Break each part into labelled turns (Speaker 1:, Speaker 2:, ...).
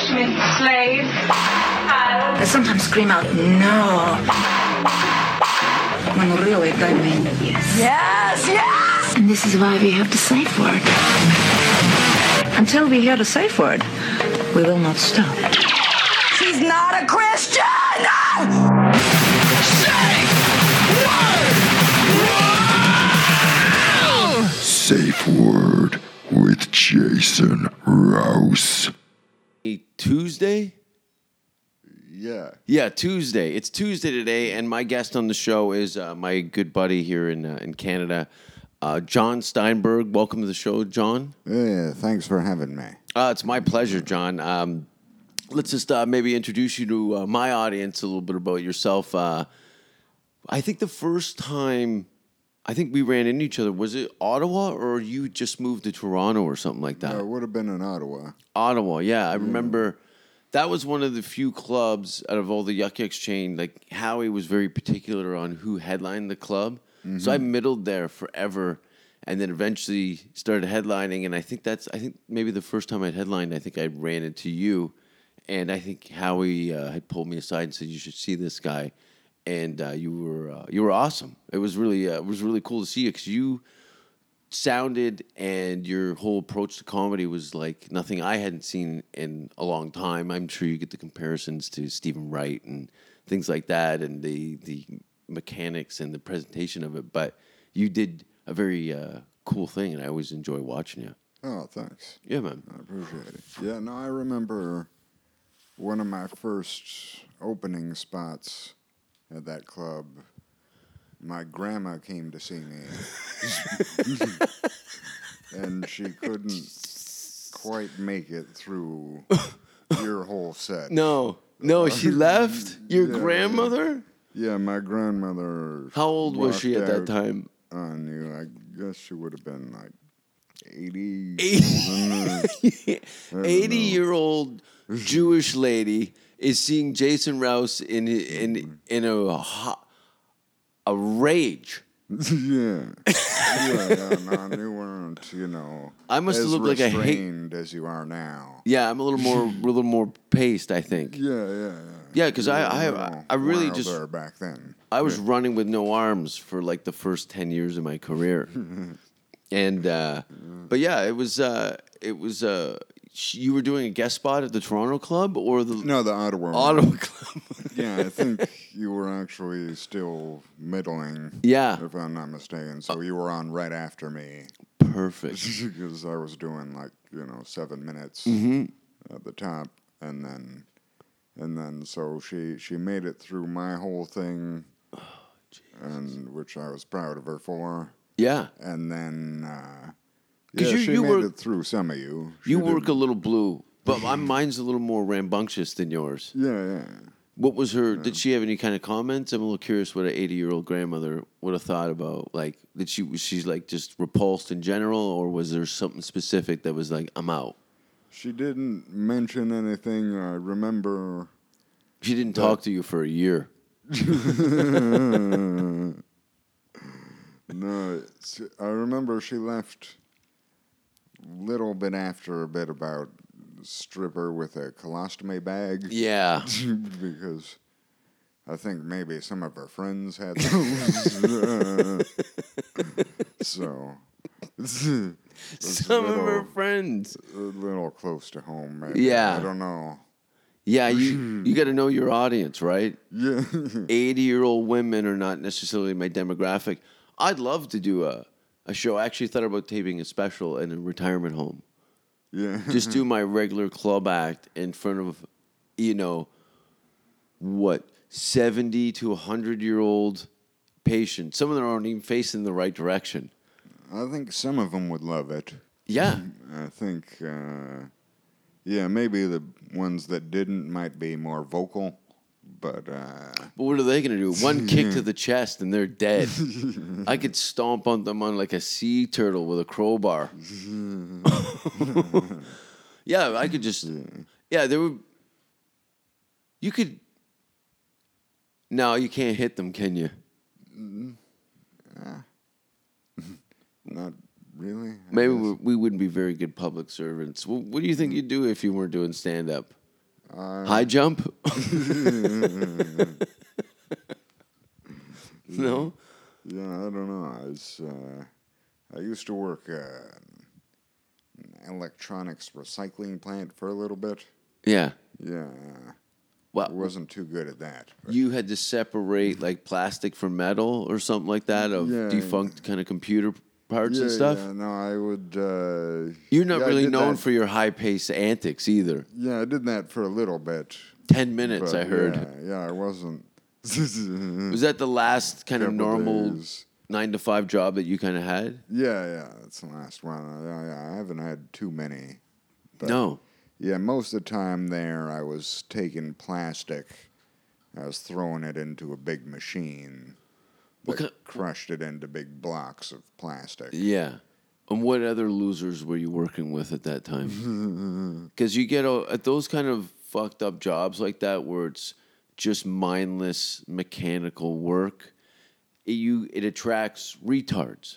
Speaker 1: slave, child.
Speaker 2: I sometimes scream out, no. When really I mean, yes.
Speaker 3: Yes, yes!
Speaker 2: And this is why we have the safe word. Until we hear the safe word, we will not stop.
Speaker 3: She's not a Christian! No!
Speaker 4: Safe Word with Jason Rouse.
Speaker 5: A Tuesday?
Speaker 4: Yeah.
Speaker 5: Yeah, Tuesday. It's Tuesday today, and my guest on the show is uh, my good buddy here in uh, in Canada, uh, John Steinberg. Welcome to the show, John.
Speaker 4: Yeah, thanks for having me.
Speaker 5: Uh, it's my pleasure, John. Um, let's just uh, maybe introduce you to uh, my audience a little bit about yourself. Uh, I think the first time I think we ran into each other was it Ottawa or you just moved to Toronto or something like that.
Speaker 4: I would have been in Ottawa.
Speaker 5: Ottawa. Yeah, I remember that was one of the few clubs out of all the Yuck Yucks chain. Like Howie was very particular on who headlined the club, so I middled there forever, and then eventually started headlining. And I think that's I think maybe the first time I headlined, I think I ran into you, and I think Howie uh, had pulled me aside and said you should see this guy. And uh, you were uh, you were awesome. It was really uh, it was really cool to see you because you sounded and your whole approach to comedy was like nothing I hadn't seen in a long time. I'm sure you get the comparisons to Stephen Wright and things like that, and the the mechanics and the presentation of it. But you did a very uh, cool thing, and I always enjoy watching you.
Speaker 4: Oh, thanks.
Speaker 5: Yeah, man.
Speaker 4: I appreciate it. Yeah, no, I remember one of my first opening spots at that club. My grandma came to see me, and she couldn't quite make it through your whole set.
Speaker 5: No, no, she left your
Speaker 4: Yeah.
Speaker 5: grandmother.
Speaker 4: Yeah, my grandmother.
Speaker 5: How old was she at
Speaker 4: walked
Speaker 5: that
Speaker 4: out
Speaker 5: time?
Speaker 4: On you, I guess she would have been like eighty.
Speaker 5: Eighty-year-old Jewish lady is seeing Jason Rouse in in in a ho- a rage.
Speaker 4: yeah. yeah, yeah, no, you weren't, you know.
Speaker 5: I must
Speaker 4: as
Speaker 5: have looked like a hick-
Speaker 4: restrained as you are now.
Speaker 5: Yeah, I'm a little more a little more paced. I think.
Speaker 4: Yeah, yeah, yeah.
Speaker 5: Yeah, because I
Speaker 4: You were a
Speaker 5: I
Speaker 4: little
Speaker 5: I really just
Speaker 4: wilder back then.
Speaker 5: I was running with no arms for like the first ten years of my career, and uh, but yeah, it was uh, it was uh, sh- you were doing a guest spot at the Toronto club or the
Speaker 4: No, the Ottawa. one.
Speaker 5: Ottawa club.
Speaker 4: yeah, I think you were actually still middling.
Speaker 5: Yeah.
Speaker 4: If I'm not mistaken, so you were on right after me.
Speaker 5: Perfect.
Speaker 4: because I was doing like you know seven minutes
Speaker 5: Mm-hmm.
Speaker 4: at the top, and then and then so she she made it through my whole thing, and which I was proud of her for,
Speaker 5: Yeah.
Speaker 4: and then uh,
Speaker 5: 'Cause
Speaker 4: yeah,
Speaker 5: you-
Speaker 4: she
Speaker 5: you
Speaker 4: made
Speaker 5: were-
Speaker 4: it through some of you. She
Speaker 5: You
Speaker 4: did-
Speaker 5: work a little blue, but my, mine's a little more rambunctious than yours.
Speaker 4: yeah, yeah.
Speaker 5: What was her? Did she have any kind of comments? I'm a little curious what an 80 year old grandmother would have thought about. Like, did she was she's like just repulsed in general, or was there something specific that was like, I'm out?
Speaker 4: She didn't mention anything. I remember.
Speaker 5: She didn't talk to you for a year.
Speaker 4: No, it's, I remember she left little bit after a bit about stripper with a colostomy bag.
Speaker 5: Yeah,
Speaker 4: because I think maybe some of her friends had those. so it's a
Speaker 5: some of her
Speaker 4: little-
Speaker 5: friends.
Speaker 4: little close to home. Maybe.
Speaker 5: Yeah.
Speaker 4: I don't know.
Speaker 5: Yeah, you you got to know your audience, right?
Speaker 4: Yeah,
Speaker 5: 80 year old women are not necessarily my demographic. I'd love to do a, a show. I actually thought about taping a special in a retirement home.
Speaker 4: yeah,
Speaker 5: Just do my regular club act in front of, you know, what, 70 to 100 year old patients. Some of them aren't even facing the right direction.
Speaker 4: I think some of them would love it.
Speaker 5: Yeah.
Speaker 4: I think, uh, yeah, maybe the ones that didn't might be more vocal, but uh,
Speaker 5: But what are they going to do? One kick to the chest and they're dead. I could stomp on them on like a sea turtle with a crowbar. yeah, I could just. Yeah, there were. You could. No, you can't hit them, can you?
Speaker 4: not really. I
Speaker 5: Maybe
Speaker 4: guess.
Speaker 5: we, we wouldn't be very good public servants. Wh- What do you think you'd do if you weren't doing stand up? High jump? no?
Speaker 4: Yeah, I don't know. I was, uh, I used to work uh, an electronics recycling plant for a little bit.
Speaker 5: Yeah.
Speaker 4: Yeah, I
Speaker 5: Well,
Speaker 4: wasn't too good at that. but-
Speaker 5: you had to separate like plastic from metal or something like that of
Speaker 4: Yeah.
Speaker 5: defunct kind of computer parts
Speaker 4: yeah,
Speaker 5: and stuff.
Speaker 4: yeah, no, I would. Uh,
Speaker 5: You're not
Speaker 4: yeah, I
Speaker 5: really
Speaker 4: did
Speaker 5: known
Speaker 4: that-
Speaker 5: for your high paced antics either.
Speaker 4: Yeah, I did that for a little bit.
Speaker 5: 10 minutes,
Speaker 4: but
Speaker 5: I heard.
Speaker 4: Yeah, yeah I wasn't.
Speaker 5: Was that the last kind of
Speaker 4: Couple
Speaker 5: normal
Speaker 4: days.
Speaker 5: nine to five job that you kind of had?
Speaker 4: Yeah, yeah, that's the last one. Uh, Yeah, yeah, I haven't had too many.
Speaker 5: no.
Speaker 4: Yeah, most of the time there, I was taking plastic, I was throwing it into a big machine
Speaker 5: What kind,
Speaker 4: that crushed it into big blocks of plastic.
Speaker 5: yeah. And what other losers were you working with at that time? Because you get a, at those kind of fucked up jobs like that where it's just mindless mechanical work. It, you it attracts retards.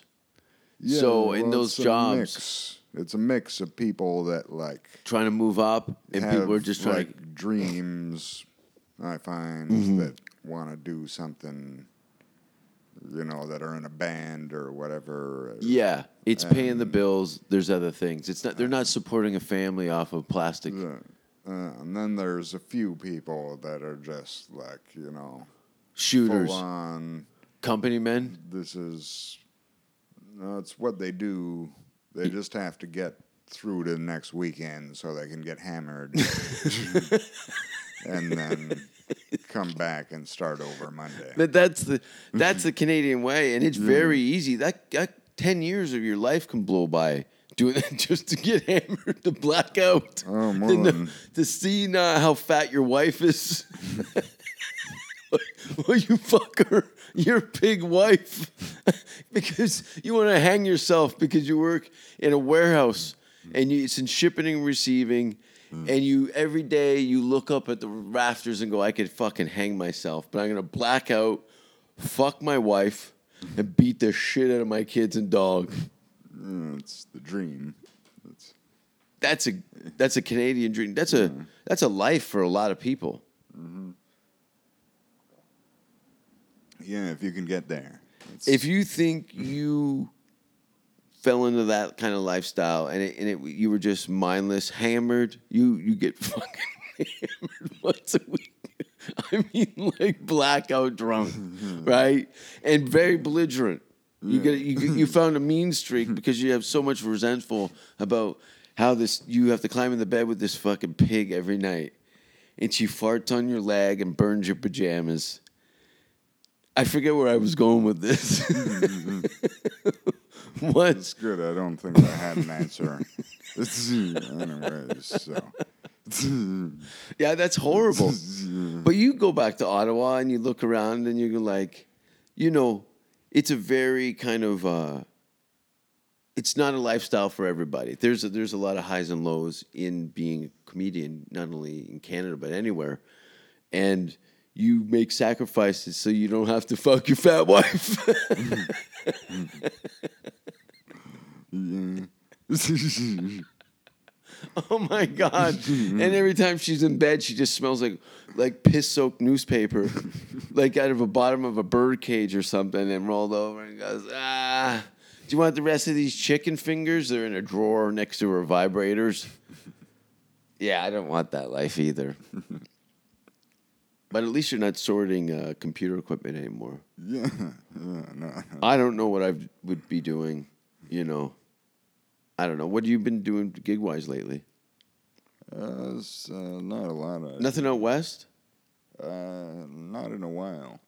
Speaker 4: Yeah,
Speaker 5: so in
Speaker 4: well,
Speaker 5: those
Speaker 4: it's a
Speaker 5: jobs,
Speaker 4: mix. it's a mix of people that like
Speaker 5: trying to move up, and
Speaker 4: have
Speaker 5: people are just trying.
Speaker 4: like,
Speaker 5: to,
Speaker 4: dreams. I find that want to do something, you know, that are in a band or whatever.
Speaker 5: yeah, it's paying the bills. There's other things. It's not. They're not supporting a family off of plastic.
Speaker 4: Uh, and then there's a few people that are just like, you know,
Speaker 5: shooters,
Speaker 4: full on.
Speaker 5: company men.
Speaker 4: This is, no, it's what they do. They just have to get through to the next weekend so they can get hammered, and then come back and start over Monday.
Speaker 5: That that's the that's the Canadian way, and it's very easy. That that ten years of your life can blow by doing that just to get hammered, to black out,
Speaker 4: Oh, more
Speaker 5: to, kn-
Speaker 4: than-
Speaker 5: to see now how fat your wife is. well, you fucker, your pig wife, because you want to hang yourself because you work in a warehouse and you, it's in shipping and receiving.
Speaker 4: Mm.
Speaker 5: And you every day you look up at the rafters and go, I could fucking hang myself, but I'm gonna black out, fuck my wife, and beat the shit out of my kids and dog.
Speaker 4: Mm, It's the dream. It's,
Speaker 5: That's a that's a Canadian dream. That's a
Speaker 4: Mm.
Speaker 5: that's a life for a lot of people.
Speaker 4: yeah, if you can get there. It's,
Speaker 5: if you think you fell into that kind of lifestyle and it, and it, you were just mindless, hammered, you you get fucking hammered once a week. I mean, like blackout drunk, right? And very belligerent. You get you, get- you found a mean streak because you have so much resentful about how this you have to climb in the bed with this fucking pig every night, and she farts on your leg and burns your pajamas. I forget where I was going with this. Once
Speaker 4: it's good. I don't think I had an answer. It's, anyways, so.
Speaker 5: Yeah, that's horrible. but you go back to Ottawa and you look around and you're like, you know, it's a very kind of uh it's not a lifestyle for everybody. There's a, there's a lot of highs and lows in being a comedian, not only in Canada but anywhere. And you make sacrifices so you don't have to fuck your fat wife. Oh my god! and every time she's in bed, she just smells like like piss soaked newspaper, like out of a bottom of a bird cage or something, and rolled over and goes, ah. Do you want the rest of these chicken fingers? They're in a drawer next to her vibrators. Yeah, I don't want that life either. but at least you're not sorting uh, computer equipment anymore.
Speaker 4: Yeah, yeah, no.
Speaker 5: I don't know what I would be doing. You know, I don't know. What have you been doing gig wise lately?
Speaker 4: Uh, it's, uh, not a lot of.
Speaker 5: Nothing out west.
Speaker 4: Uh, not in a while.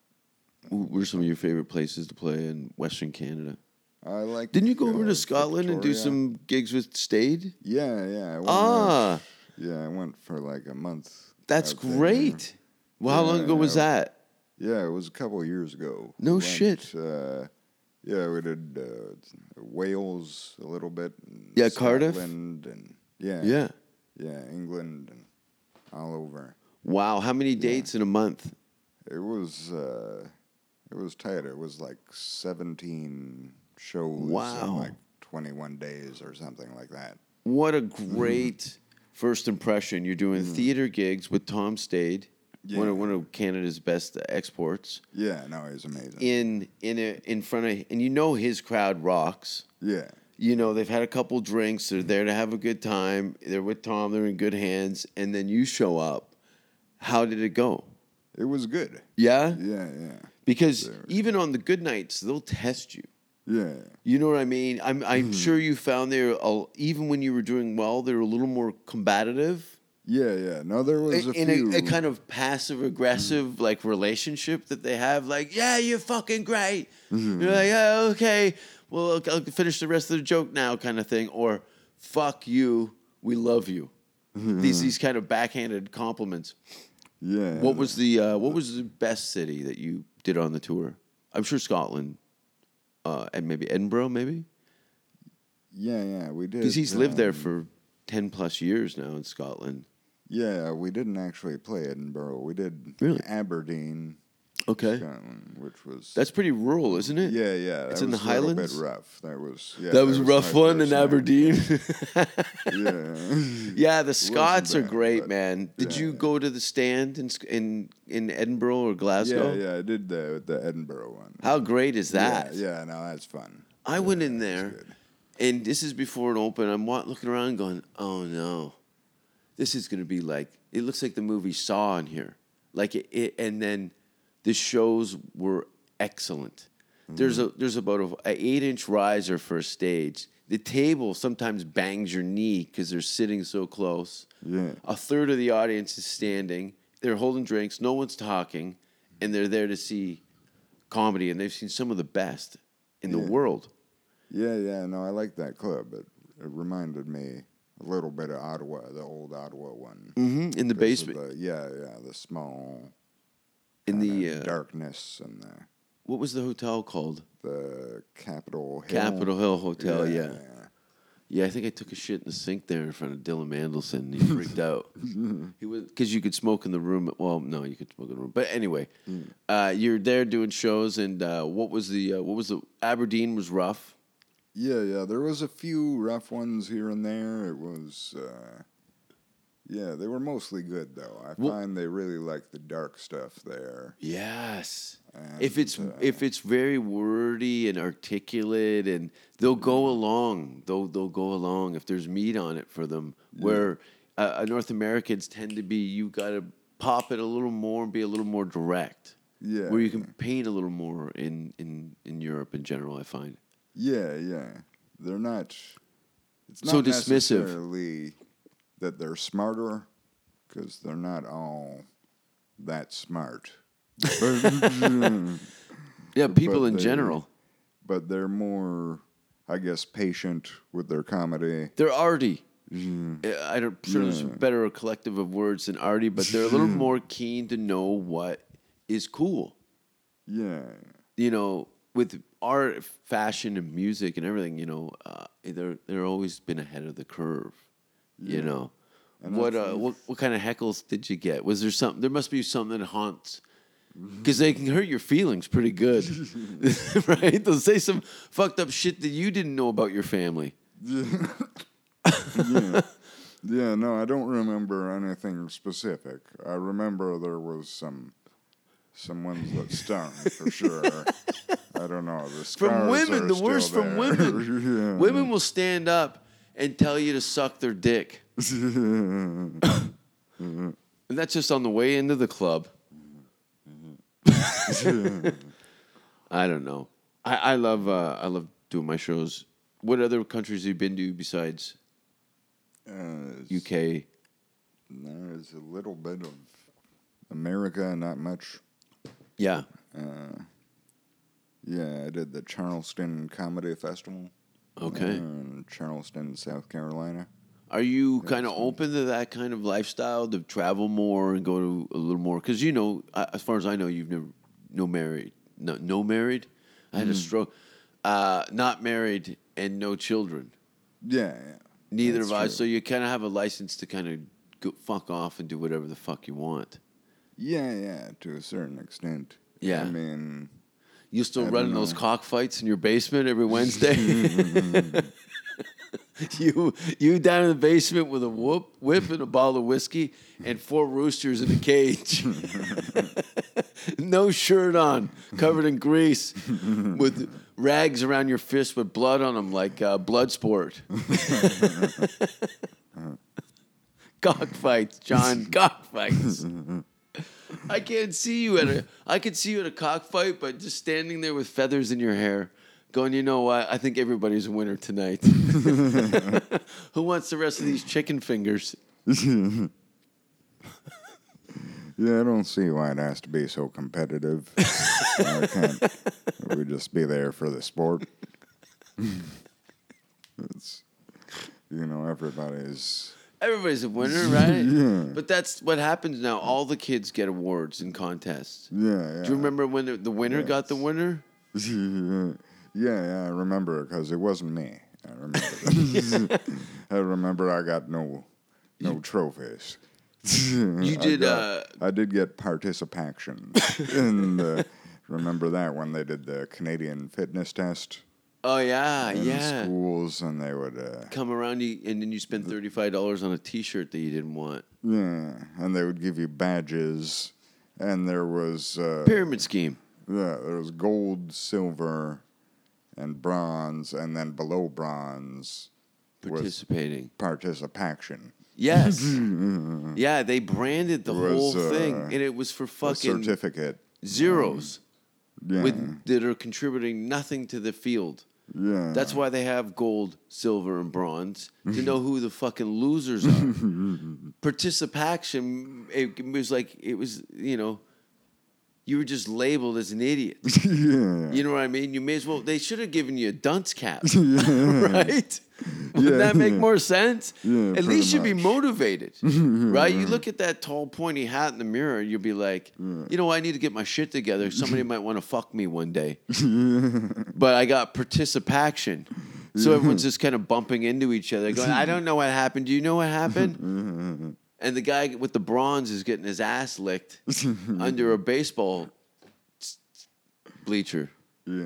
Speaker 5: Wh- What are some of your favorite places to play in Western Canada?
Speaker 4: I like.
Speaker 5: Didn't you go
Speaker 4: uh,
Speaker 5: over to Scotland and do
Speaker 4: Victoria.
Speaker 5: some gigs with Stade?
Speaker 4: Yeah, yeah. I went,
Speaker 5: Ah.
Speaker 4: Yeah, I went for like a month.
Speaker 5: That's
Speaker 4: out there.
Speaker 5: great. Well, how long ago was that?
Speaker 4: Yeah, it was a couple of years ago.
Speaker 5: No
Speaker 4: went,
Speaker 5: shit.
Speaker 4: Uh, yeah, we did uh, Wales a little bit. And
Speaker 5: Yeah, Cardiff?
Speaker 4: Scotland and yeah,
Speaker 5: Yeah.
Speaker 4: yeah, England and all over.
Speaker 5: Wow. How many dates in a month?
Speaker 4: It was uh, it was tight. It was like seventeen shows
Speaker 5: Wow.
Speaker 4: in like twenty one days or something like that.
Speaker 5: What a great first impression. You're doing theater gigs with Tom Stade, one of
Speaker 4: Mm-hmm. Yeah.
Speaker 5: one of Canada's best exports
Speaker 4: Yeah, no, he's amazing.
Speaker 5: in in a, in front of, and you know his crowd rocks.
Speaker 4: yeah.
Speaker 5: You know they've had a couple drinks. They're there to have a good time. They're with Tom. They're in good hands. And then you show up. How did it go?
Speaker 4: It was good.
Speaker 5: Yeah,
Speaker 4: Yeah, yeah.
Speaker 5: because even on the good nights, they'll test you.
Speaker 4: Yeah.
Speaker 5: You know what I mean? I'm I'm sure you found they're a- even when you were doing well, they're a little more combative
Speaker 4: Yeah, yeah. No, there was a
Speaker 5: in
Speaker 4: few. Mm.
Speaker 5: a, a kind of passive aggressive like relationship that they have. Like, yeah, you're fucking great.
Speaker 4: Mm-hmm.
Speaker 5: You're like, oh, okay, well, I'll, I'll finish the rest of the joke now, kind of thing. Or, fuck you, we love you.
Speaker 4: Mm-hmm.
Speaker 5: These these kind of backhanded compliments.
Speaker 4: yeah.
Speaker 5: What was the uh, what was the best city that you did on the tour? I'm sure Scotland, uh, and maybe Edinburgh, maybe.
Speaker 4: Yeah, yeah. We did.
Speaker 5: Because he's lived there
Speaker 4: um,
Speaker 5: for 10 plus years now in Scotland.
Speaker 4: Yeah, we didn't actually play Edinburgh. We did
Speaker 5: Really?
Speaker 4: Aberdeen,
Speaker 5: Okay.
Speaker 4: Scotland, which was
Speaker 5: That's pretty rural, isn't it?
Speaker 4: yeah, yeah.
Speaker 5: It's
Speaker 4: that
Speaker 5: in the
Speaker 4: was a little
Speaker 5: Highlands.
Speaker 4: bit rough. That was yeah.
Speaker 5: That was a rough
Speaker 4: my
Speaker 5: one in
Speaker 4: first night.
Speaker 5: Aberdeen.
Speaker 4: Yeah,
Speaker 5: yeah, the Scots are
Speaker 4: bad,
Speaker 5: great,
Speaker 4: but-
Speaker 5: man. Did
Speaker 4: yeah,
Speaker 5: you
Speaker 4: yeah.
Speaker 5: go to the stand in Sc- in in Edinburgh or Glasgow?
Speaker 4: yeah, yeah. I did the the Edinburgh one.
Speaker 5: How great is
Speaker 4: Yeah,
Speaker 5: that?
Speaker 4: Yeah, no, that's fun.
Speaker 5: I went in there,
Speaker 4: good.
Speaker 5: and this is before an open. I'm wa- looking around, going, "Oh no, this is going to be like it looks like the movie Saw in here." Like it, it and then the shows were excellent.
Speaker 4: Mm-hmm.
Speaker 5: There's a there's about a, a eight inch riser for a stage. The table sometimes bangs your knee because they're sitting so close.
Speaker 4: Yeah.
Speaker 5: A third of the audience is standing. They're holding drinks. No one's talking, and they're there to see comedy. And they've seen some of the best in the world.
Speaker 4: Yeah, yeah. No, I like that club. It, it reminded me a little bit of Ottawa, the old Ottawa one.
Speaker 5: Mm-hmm. In the
Speaker 4: Because of
Speaker 5: basement,
Speaker 4: the- yeah, yeah. The small
Speaker 5: in the
Speaker 4: uh,
Speaker 5: uh,
Speaker 4: darkness and the
Speaker 5: what was the hotel called?
Speaker 4: the Capitol Hill.
Speaker 5: Capitol Hill Hotel. Yeah. yeah,
Speaker 4: yeah.
Speaker 5: I think I took a shit in the sink there in front of Dylan Mandelson. And he freaked out. He was because you could smoke in the room. Well, no, you could smoke in the room. But anyway, uh, you're there doing shows, and uh, what was the uh, what was the Aberdeen was rough.
Speaker 4: Yeah, yeah. There was a few rough ones here and there. It was, uh, yeah, they were mostly good though. I
Speaker 5: Well-
Speaker 4: find they really like the dark stuff there.
Speaker 5: Yes. if it's
Speaker 4: And, uh,
Speaker 5: if it's very wordy and articulate and they'll go along, they'll they'll go along if there's meat on it for them. Where uh, uh, North Americans tend to be, you got to pop it a little more and be a little more direct.
Speaker 4: Yeah,
Speaker 5: Where you can paint a little more in in in Europe in general, I find.
Speaker 4: Yeah, yeah. They're not. It's
Speaker 5: So
Speaker 4: not
Speaker 5: dismissive.
Speaker 4: necessarily that they're smarter because they're not all that smart.
Speaker 5: Yeah, people
Speaker 4: but
Speaker 5: in
Speaker 4: they-
Speaker 5: general,
Speaker 4: but they're more, I guess, patient with their comedy.
Speaker 5: they're arty.
Speaker 4: Mm.
Speaker 5: Uh, I don't sure there's a better collective of words than arty, but they're a little more keen to know what is cool.
Speaker 4: Yeah,
Speaker 5: you know, with art, fashion, and music and everything, you know, uh, they're they're always been ahead of the curve. You know, what uh, what what kind of heckles did you get? Was there something? There must be something that haunts. Because they can hurt your feelings pretty good, right? They'll say some fucked up shit that you didn't know about your family.
Speaker 4: yeah. No, I don't remember anything specific. I remember there was some, some ones that stung for sure. I don't know the scars
Speaker 5: From women,
Speaker 4: are
Speaker 5: the
Speaker 4: still
Speaker 5: worst from
Speaker 4: there.
Speaker 5: women.
Speaker 4: Yeah.
Speaker 5: Women will stand up and tell you to suck their dick.
Speaker 4: Mm-hmm.
Speaker 5: and that's just on the way into the club.
Speaker 4: Mm-hmm.
Speaker 5: I don't know. I, I love uh, I love doing my shows. What other countries have you been to besides
Speaker 4: Uh,
Speaker 5: UK?
Speaker 4: There's a little bit of America, not much.
Speaker 5: Yeah.
Speaker 4: Yeah, I did the Charleston Comedy Festival.
Speaker 5: Okay.
Speaker 4: In Charleston, South Carolina.
Speaker 5: Are you kind of open to that kind of lifestyle to travel more and go to a little more? Because you know, I- as far as I know, you've never no married, no, no married. I
Speaker 4: Mm-hmm.
Speaker 5: had a stroke, uh, not married and no children.
Speaker 4: Yeah, yeah.
Speaker 5: Neither
Speaker 4: That's
Speaker 5: of us.
Speaker 4: true.
Speaker 5: So you kind of have a license to kind of go fuck off and do whatever the fuck you want.
Speaker 4: Yeah, yeah, to a certain extent.
Speaker 5: Yeah.
Speaker 4: I mean,
Speaker 5: You still
Speaker 4: I don't
Speaker 5: running those
Speaker 4: know.
Speaker 5: cockfights in your basement every Wednesday? you you down in the basement with a whoop whip and a bottle of whiskey and four roosters in a cage. no shirt on, covered in grease, with rags around your fists with blood on them, like uh, blood sport. cockfights, John, cockfights. I can't see you at a. I could see you at a cockfight, but just standing there with feathers in your hair, going, you know what? I think everybody's a winner tonight. Who wants the rest of these chicken fingers?
Speaker 4: Yeah, I don't see why it has to be so competitive. Why can't we just be there for the sport? it's, you know, everybody's.
Speaker 5: Everybody's a winner, right? But that's what happens now. All the kids get awards and contests.
Speaker 4: Yeah, yeah.
Speaker 5: Do you remember when the, the winner got the winner?
Speaker 4: yeah, yeah, I remember because it wasn't me. I remember. I remember I got no no trophies.
Speaker 5: You
Speaker 4: Mm-hmm. I
Speaker 5: did.
Speaker 4: got-
Speaker 5: uh,
Speaker 4: I did get participation. and uh, remember that when they did the Canadian fitness test
Speaker 5: oh yeah,
Speaker 4: in
Speaker 5: yeah.
Speaker 4: schools, and they would uh,
Speaker 5: Come around, you, and then you spend
Speaker 4: Mm-hmm.
Speaker 5: thirty five dollars on a T shirt that you didn't want.
Speaker 4: yeah, and they would give you badges, and there was uh,
Speaker 5: Pyramid scheme.
Speaker 4: Yeah, there was gold, silver, and bronze, and then below bronze was
Speaker 5: Participating.
Speaker 4: participation.
Speaker 5: Yes. yeah, they branded the
Speaker 4: Was,
Speaker 5: whole
Speaker 4: Mm-hmm. uh,
Speaker 5: thing, and it was for
Speaker 4: A
Speaker 5: fucking
Speaker 4: certificate.
Speaker 5: zeros
Speaker 4: Yeah,
Speaker 5: with that are contributing nothing to the field.
Speaker 4: yeah.
Speaker 5: That's why they have gold, silver, and bronze to know who the fucking losers are. Participation it was like it was you know, you were just labeled as an idiot.
Speaker 4: yeah.
Speaker 5: You know what I mean? You may as well. They should have given you a dunce cap, right? Would
Speaker 4: Yeah.
Speaker 5: not that make more sense?
Speaker 4: Yeah,
Speaker 5: at
Speaker 4: pretty
Speaker 5: least you'd be
Speaker 4: much.
Speaker 5: motivated, right? You look at that tall, pointy hat in the mirror, and you'd be like, you know, I need to get my shit together. Somebody might want to fuck me one day, but I got participation. So everyone's just kind of bumping into each other, going, "I don't know what happened. Do you know what happened?" And the guy with the bronze is getting his ass licked under a baseball bleacher.
Speaker 4: yeah.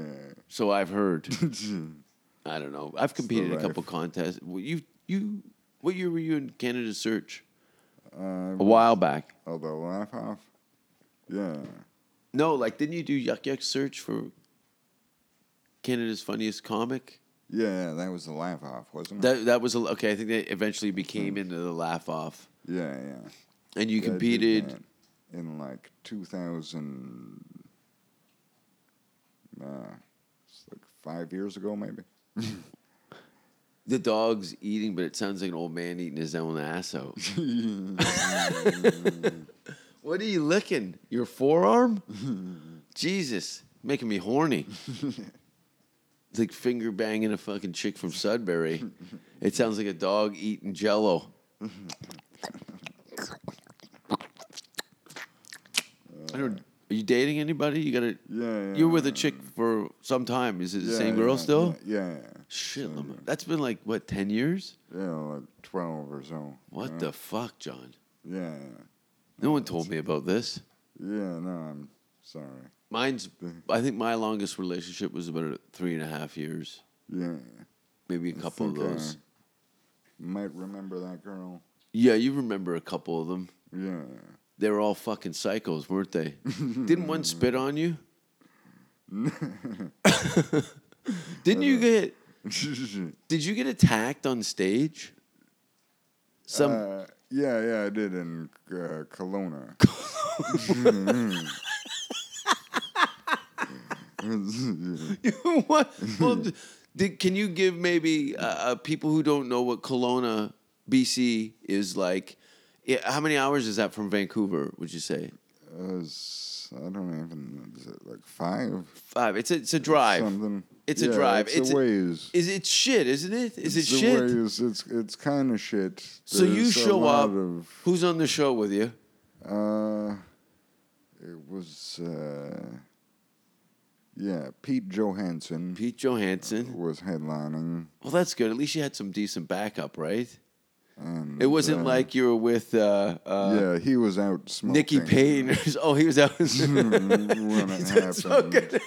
Speaker 5: So I've heard. I don't know. I've competed in a
Speaker 4: life.
Speaker 5: couple contests. Well, You you what year were you in Canada Search? a
Speaker 4: Uh,
Speaker 5: while back.
Speaker 4: Oh, the laugh off? Yeah.
Speaker 5: No, like didn't you do Yuck Yuck Search for Canada's funniest comic?
Speaker 4: Yeah, that was the laugh off, wasn't it?
Speaker 5: That that was a, okay. I think they eventually became into the Laugh Off,
Speaker 4: yeah, yeah.
Speaker 5: and you
Speaker 4: Hmm. Yeah, I
Speaker 5: competed.
Speaker 4: did that in like 2000. Uh, it's like five years ago, maybe.
Speaker 5: The dog's eating, but it sounds like an old man eating his own ass out. what are you licking? Your forearm? Jesus, making me horny. It's like finger banging a fucking chick from Sudbury. It sounds like a dog eating jello. I don't. Are you dating anybody? You gotta.
Speaker 4: Yeah, yeah,
Speaker 5: You're with a
Speaker 4: yeah.
Speaker 5: chick for some time. Is it the
Speaker 4: Yeah,
Speaker 5: same girl
Speaker 4: yeah,
Speaker 5: still?
Speaker 4: Yeah, yeah. yeah.
Speaker 5: Shit, Lamar. That's been like what ten years?
Speaker 4: Yeah, like 12 or so.
Speaker 5: What
Speaker 4: yeah.
Speaker 5: the fuck, John?
Speaker 4: Yeah,
Speaker 5: No one told me about this.
Speaker 4: yeah, no, I'm sorry.
Speaker 5: Mine's. I think my longest relationship was about three and a half years,
Speaker 4: Yeah.
Speaker 5: maybe a couple of
Speaker 4: think, uh,
Speaker 5: those.
Speaker 4: Might remember that girl.
Speaker 5: yeah, you remember a couple of them.
Speaker 4: Yeah.
Speaker 5: They were all fucking psychos, weren't they? Didn't one spit on you? Didn't you get? Did you get attacked on stage? Some
Speaker 4: uh, yeah, yeah, I did in uh, Kelowna.
Speaker 5: what? Well, d- did, can you give maybe uh, uh, people who don't know what Kelowna, BC is like? i- how many hours is that from Vancouver? Would you say
Speaker 4: It was, I don't even, is it like five?
Speaker 5: five? It's a, it's a drive.
Speaker 4: Something.
Speaker 5: It's a
Speaker 4: Yeah,
Speaker 5: drive.
Speaker 4: It's, a ways.
Speaker 5: Is it shit? Isn't it? Is
Speaker 4: It's
Speaker 5: it
Speaker 4: a
Speaker 5: shit?
Speaker 4: ways. It's, it's kind of shit.
Speaker 5: So you
Speaker 4: There's a
Speaker 5: show
Speaker 4: lot
Speaker 5: up.
Speaker 4: Of,
Speaker 5: Who's on the show with you?
Speaker 4: Uh, it was uh, yeah, Pete Johansson
Speaker 5: Pete Johansson.
Speaker 4: was headlining.
Speaker 5: Well, that's good. At least you had some decent backup, right?
Speaker 4: And,
Speaker 5: It wasn't
Speaker 4: uh,
Speaker 5: like you were with uh, uh,
Speaker 4: yeah, he was out smoking.
Speaker 5: Nikki Payne. or s- oh, he was out.
Speaker 4: when it happened.
Speaker 5: so good.
Speaker 4: did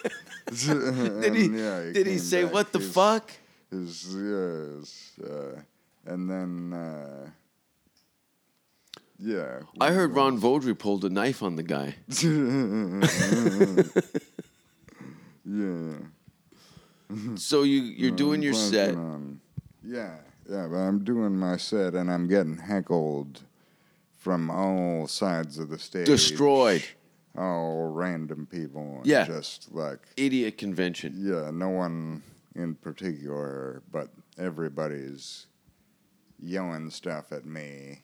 Speaker 5: did he, did he say what the fuck?
Speaker 4: is yes, uh, and then uh, yeah,
Speaker 5: I heard Ron Vaudry pulled a knife on the guy.
Speaker 4: yeah,
Speaker 5: So you you're doing your
Speaker 4: Plus,
Speaker 5: set.
Speaker 4: um, yeah, yeah, but I'm doing my set and I'm getting heckled from all sides of the stage.
Speaker 5: Destroyed.
Speaker 4: All random people. and
Speaker 5: Yeah.
Speaker 4: just like
Speaker 5: Idiot convention.
Speaker 4: yeah, no one in particular, but everybody's yelling stuff at me.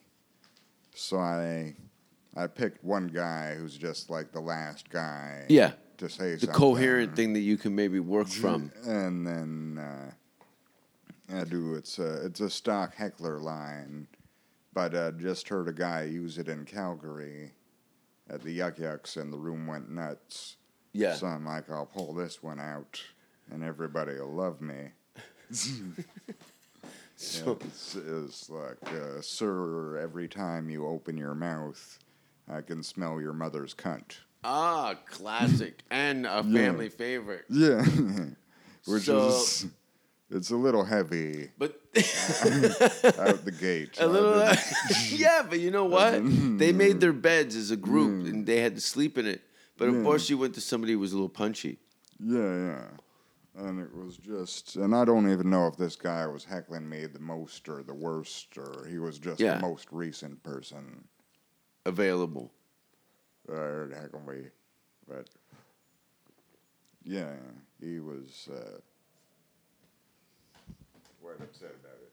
Speaker 4: So I I picked one guy who's just like the last guy.
Speaker 5: Yeah.
Speaker 4: To say
Speaker 5: The coherent thing that you can maybe work from.
Speaker 4: And then uh, I do it's a it's a stock heckler line, but uh, just heard a guy use it in Calgary at the Yuck Yucks, and the room went nuts.
Speaker 5: Yeah.
Speaker 4: So I'm like, I'll pull this one out, and everybody will love me. so it's, it's like, uh, sir, every time you open your mouth, I can smell your mother's cunt.
Speaker 5: Ah, classic and a family favorite.
Speaker 4: Yeah, which
Speaker 5: So-
Speaker 4: is it's a little heavy
Speaker 5: But
Speaker 4: out the gate.
Speaker 5: a little,
Speaker 4: I
Speaker 5: yeah. But you know what? They made their beds as a group,
Speaker 4: Mm.
Speaker 5: and they had to sleep in it. But of course, you went to somebody who was a little punchy.
Speaker 4: didn't- yeah, yeah. And it was just, and I don't even know if this guy was heckling me the most or the worst, or he was just
Speaker 5: Yeah.
Speaker 4: the most recent person
Speaker 5: Available.
Speaker 4: that I heard heckle me. But yeah, he was uh, quite upset about it.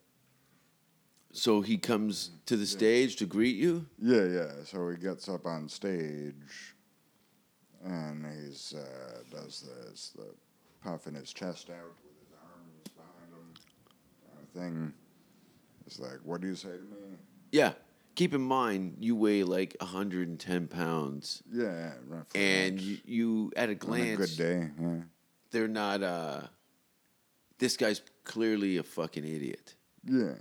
Speaker 5: So he comes to the stage to greet you.
Speaker 4: Yeah, yeah. So he gets up on stage, and he's uh, does this the puffing his chest out with his arms behind him kind of thing. It's like, what do you say to me?
Speaker 5: Yeah. Keep in mind, you weigh like 110 pounds,
Speaker 4: Yeah, yeah roughly.
Speaker 5: and you, you at a
Speaker 4: on a
Speaker 5: glance,
Speaker 4: good day. Yeah,
Speaker 5: they're not. uh This guy's clearly a fucking idiot.
Speaker 4: yeah,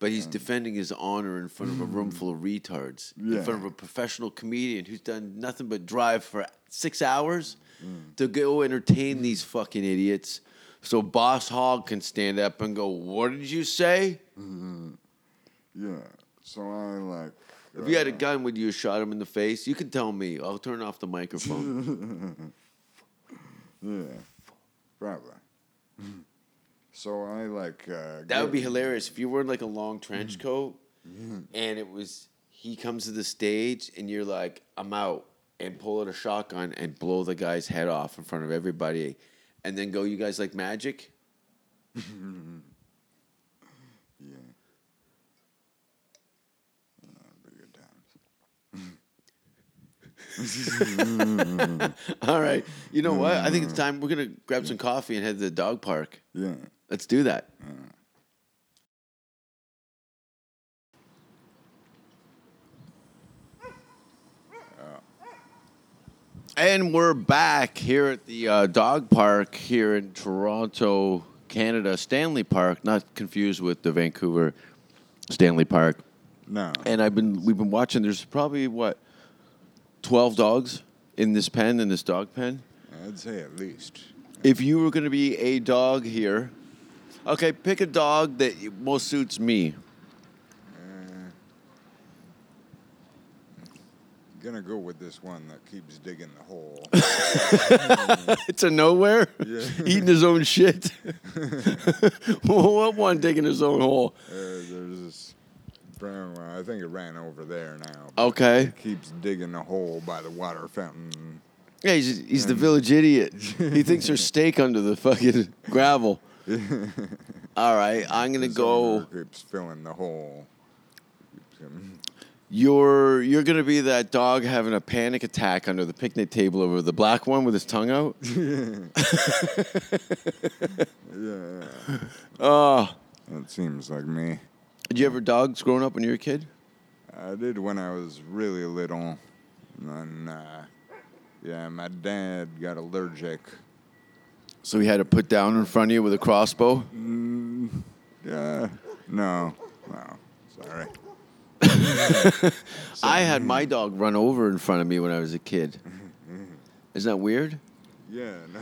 Speaker 5: But he's defending his honor in front of a room full of retards, in
Speaker 4: Yeah.
Speaker 5: front of a professional comedian who's done nothing but drive for six hours to go entertain these fucking idiots. So Boss Hogg can stand up and go, "What did you say?
Speaker 4: yeah. So I like.
Speaker 5: If you had a gun, would you have shot him in the face? You can tell me. I'll turn off the microphone."
Speaker 4: Yeah, probably. Mm. so I like. Uh,
Speaker 5: that
Speaker 4: get-
Speaker 5: would be hilarious if you were in like a long trench coat and it was he comes to the stage and you're like, "I'm out," and pull out a shotgun and blow the guy's head off in front of everybody, and then go, "You guys like magic?"
Speaker 4: Yeah. Yeah, pretty good times.
Speaker 5: All right. You know what? I think it's time we're gonna grab some coffee and head to the dog park.
Speaker 4: Yeah.
Speaker 5: Let's do that. And we're back here at the uh, dog park here in Toronto, Canada, Stanley Park, not confused with the Vancouver Stanley Park.
Speaker 4: No.
Speaker 5: And I've been we've been watching. There's probably what twelve dogs in this pen in this dog pen.
Speaker 4: I'd say at least.
Speaker 5: If you were going to be a dog here, okay, pick a dog that most suits me.
Speaker 4: Gonna go with this one that keeps digging the hole.
Speaker 5: It's a nowhere,
Speaker 4: Yeah.
Speaker 5: eating his own shit. what one digging his own hole?
Speaker 4: Uh, there's this brown one. I think it ran over there now.
Speaker 5: Okay,
Speaker 4: Keeps digging a hole by the water fountain.
Speaker 5: yeah, he's, he's the village idiot. He thinks there's steak under the fucking gravel. All right, I'm gonna
Speaker 4: His
Speaker 5: go.
Speaker 4: owner Keeps filling the hole. Keeps him-
Speaker 5: You're you're gonna be that dog having a panic attack under the picnic table over the black one with his tongue out.
Speaker 4: Yeah, yeah.
Speaker 5: Oh,
Speaker 4: That seems like me.
Speaker 5: did you ever dogs growing up when you were a kid?
Speaker 4: I did when I was really little. And then, uh, yeah, my dad got allergic.
Speaker 5: So he had to put down in front of you with a crossbow.
Speaker 4: Yeah. No. No. Sorry.
Speaker 5: I had my dog run over in front of me when I was a kid. Isn't that weird?
Speaker 4: Yeah. No.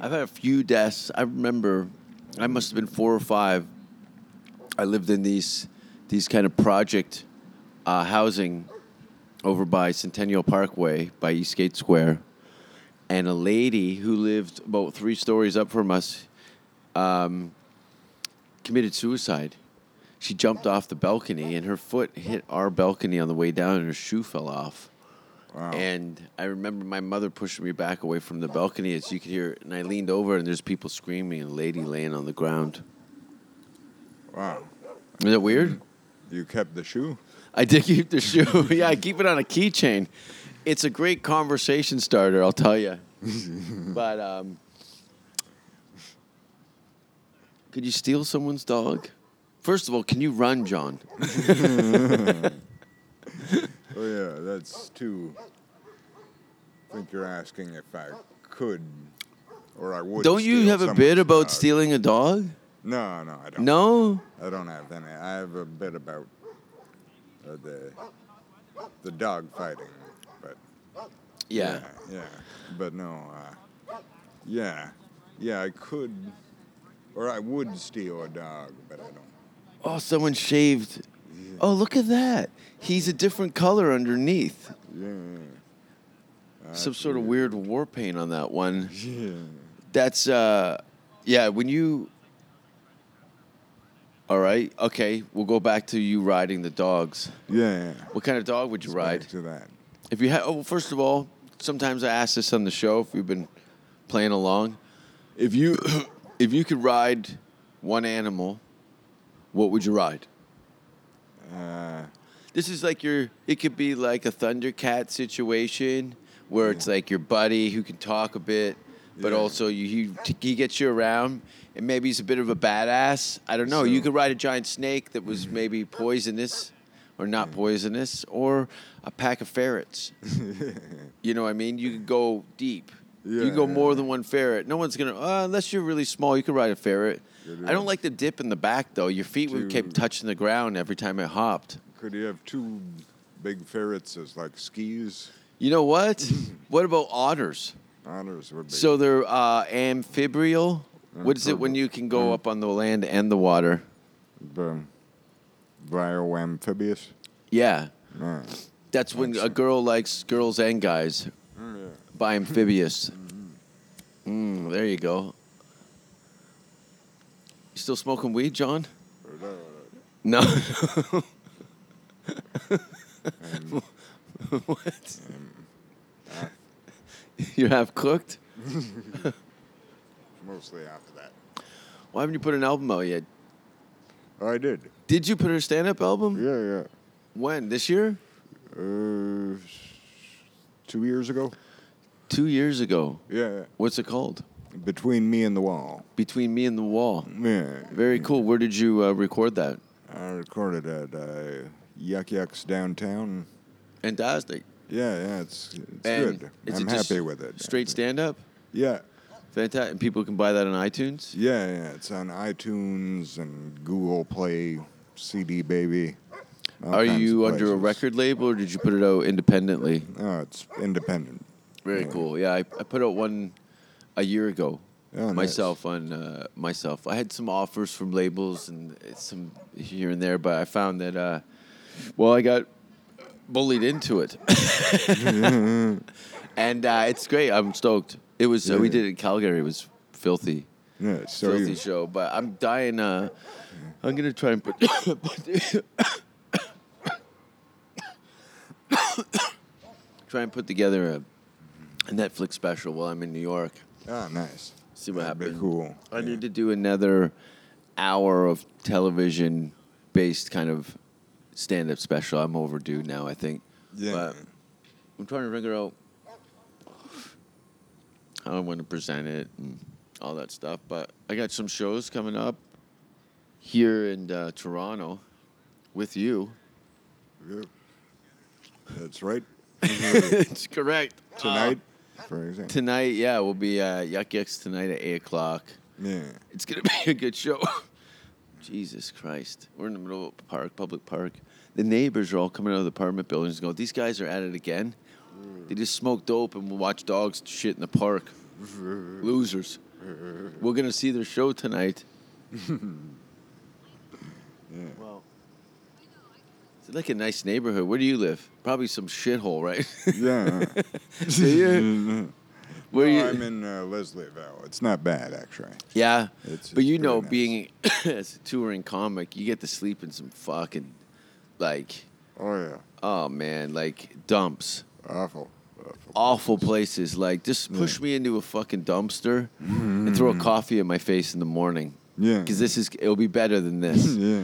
Speaker 5: I've had a few deaths. I remember I must have been four or five. I lived in these these kind of project uh, housing over by Centennial Parkway by Eastgate Square, and a lady who lived about three stories up from us um, committed suicide. She jumped off the balcony, and her foot hit our balcony on the way down, and her shoe fell off.
Speaker 4: Oh.
Speaker 5: And I remember my mother pushing me back away from the balcony as you could hear, and I leaned over, and there's people screaming, and a lady laying on the ground.
Speaker 4: Wow.
Speaker 5: Is that
Speaker 4: Mm-hmm.
Speaker 5: weird?
Speaker 4: You kept the shoe?
Speaker 5: I did keep the shoe. yeah, I keep it on a keychain. It's a great conversation starter, I'll tell you. but um, could you steal someone's dog? First of all, can you run, John?
Speaker 4: Oh, yeah, that's too. I think you're asking if I could or I would.
Speaker 5: Don't you
Speaker 4: steal
Speaker 5: have a
Speaker 4: someone's
Speaker 5: bit about
Speaker 4: dog.
Speaker 5: stealing a dog?
Speaker 4: No, no, I don't.
Speaker 5: No.
Speaker 4: I don't have any. I have a bit about uh, the the dog fighting, but
Speaker 5: Yeah.
Speaker 4: yeah, but no, uh, yeah, yeah. I could, or I would steal a dog, but I don't.
Speaker 5: Oh, someone shaved. Oh, look at that. He's a different color underneath.
Speaker 4: Yeah,
Speaker 5: Some sort of weird war paint on that one.
Speaker 4: yeah.
Speaker 5: That's uh yeah, when you All right. Okay, we'll go back to you riding the dogs.
Speaker 4: yeah.
Speaker 5: What kind of dog would you ride?
Speaker 4: Back to that.
Speaker 5: If you have oh, well, first of all, sometimes I ask this on the show if you've been playing along. If you if you could ride one animal, what would you ride?
Speaker 4: Uh,
Speaker 5: This is like your. It could be like a Thundercat situation where it's like your buddy who can talk a bit, but
Speaker 4: Yeah.
Speaker 5: also you, you he gets you around, and maybe he's a bit of a badass. I don't know. you
Speaker 4: So- Mm-hmm.
Speaker 5: could ride a giant snake that was maybe poisonous, or not poisonous, or a pack of ferrets. you know what I mean? You could go deep. you
Speaker 4: Yeah,
Speaker 5: could go
Speaker 4: yeah,
Speaker 5: more than one ferret. No one's gonna uh, unless you're really small. You could ride a ferret. I don't like the dip in the back though. Your feet would kept
Speaker 4: Dude.
Speaker 5: touching the ground every time it hopped.
Speaker 4: could you have two big ferrets as like skis?
Speaker 5: You know what? what about otters?
Speaker 4: Otters would be.
Speaker 5: So they're uh, amphibial. What is it when you can go up on the land and the water?
Speaker 4: the bioamphibious.
Speaker 5: Yeah,
Speaker 4: Yeah.
Speaker 5: that's when a girl likes girls and guys. By amphibious. Mm, there you go. You still smoking weed, John? No. Mm. what? You're half cooked.
Speaker 4: Mostly after that.
Speaker 5: Why haven't you put an album out yet?
Speaker 4: I did.
Speaker 5: Did you put a stand-up album?
Speaker 4: Yeah, yeah.
Speaker 5: When this year?
Speaker 4: Uh, two years ago.
Speaker 5: Two years ago.
Speaker 4: Yeah.
Speaker 5: What's it called?
Speaker 4: Between me and the wall.
Speaker 5: Between me and the wall.
Speaker 4: Yeah.
Speaker 5: Very cool. Where did you uh, record that?
Speaker 4: I recorded at uh, Yuck Yucks downtown.
Speaker 5: Fantastic.
Speaker 4: Yeah, yeah, it's it's
Speaker 5: And
Speaker 4: good.
Speaker 5: is
Speaker 4: I'm
Speaker 5: it just
Speaker 4: happy with it.
Speaker 5: Straight stand-up.
Speaker 4: Yeah.
Speaker 5: Fantastic. And people can buy that on iTunes.
Speaker 4: Yeah, yeah. It's on iTunes and Google Play, CD Baby. all
Speaker 5: Are
Speaker 4: kinds of
Speaker 5: you under a
Speaker 4: places.
Speaker 5: record label or did you put it out independently?
Speaker 4: No, it's independent.
Speaker 5: Very
Speaker 4: Yeah.
Speaker 5: cool. Yeah, I, I put out one a year ago
Speaker 4: Oh, nice.
Speaker 5: myself on uh, myself. I had some offers from labels and some here and there, but I found that uh, well, I got bullied into it, and uh, it's great. I'm stoked. It was uh, we
Speaker 4: Yeah.
Speaker 5: did it in Calgary. It was filthy,
Speaker 4: Yeah, so
Speaker 5: filthy
Speaker 4: you,
Speaker 5: show. But I'm dying. Uh, I'm gonna try and put. put- try and put together a, a Netflix special while I'm in New York.
Speaker 4: oh, nice.
Speaker 5: See what
Speaker 4: That'd be
Speaker 5: happens.
Speaker 4: cool.
Speaker 5: I need to do another hour of television based kind of stand up special. I'm overdue now, I think.
Speaker 4: Yeah.
Speaker 5: But I'm trying to figure out how I want to present it and all that stuff. But I got some shows coming up here in uh, Toronto with you.
Speaker 4: Yeah. That's right.
Speaker 5: it's correct. Uh,
Speaker 4: Tonight, for example.
Speaker 5: tonight, yeah, we'll be uh, Yuck Yucks tonight at 8 o'clock.
Speaker 4: yeah.
Speaker 5: It's gonna be a good show. Jesus Christ. We're in the middle of a park, public park. The neighbors are all coming out of the apartment buildings and go, These guys are at it again. They just smoke dope and watch dogs shit in the park. Losers. We're gonna see their show tonight Wow. It's like a nice neighborhood. Where do you live? Probably some shithole, right?
Speaker 4: Yeah.
Speaker 5: Where
Speaker 4: No,
Speaker 5: you?
Speaker 4: I'm in uh, Leslieville. It's not bad, actually.
Speaker 5: yeah,
Speaker 4: It's-
Speaker 5: but
Speaker 4: it's
Speaker 5: you know,
Speaker 4: pretty nice.
Speaker 5: being as a touring comic, you get to sleep in some fucking, like,
Speaker 4: Oh, yeah.
Speaker 5: oh man, like dumps.
Speaker 4: Awful. Awful.
Speaker 5: awful places. Like just push me into a fucking dumpster and throw a coffee in my face in the morning.
Speaker 4: Mm-hmm. Yeah.
Speaker 5: Because this is it'll be better than this.
Speaker 4: Yeah.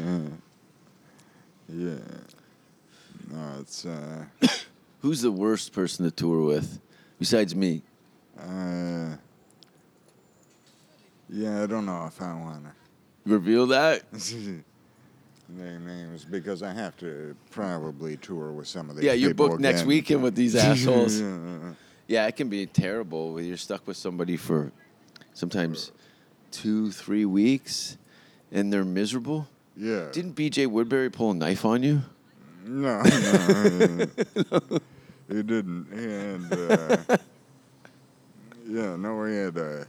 Speaker 4: Yeah. No, it's, uh,
Speaker 5: Who's the worst person to tour with besides me?
Speaker 4: uh, yeah, I don't know if I want
Speaker 5: Reveal that.
Speaker 4: to. Name names because I have to probably tour with some of these.
Speaker 5: yeah, you're
Speaker 4: people
Speaker 5: booked next
Speaker 4: again.
Speaker 5: weekend with these assholes. yeah.
Speaker 4: yeah.
Speaker 5: it can be terrible. when You're stuck with somebody for sometimes two, three weeks, and they're miserable.
Speaker 4: yeah.
Speaker 5: Didn't B.J. Woodbury pull a knife on you?
Speaker 4: No, no, he didn't. And uh, yeah, no, we had a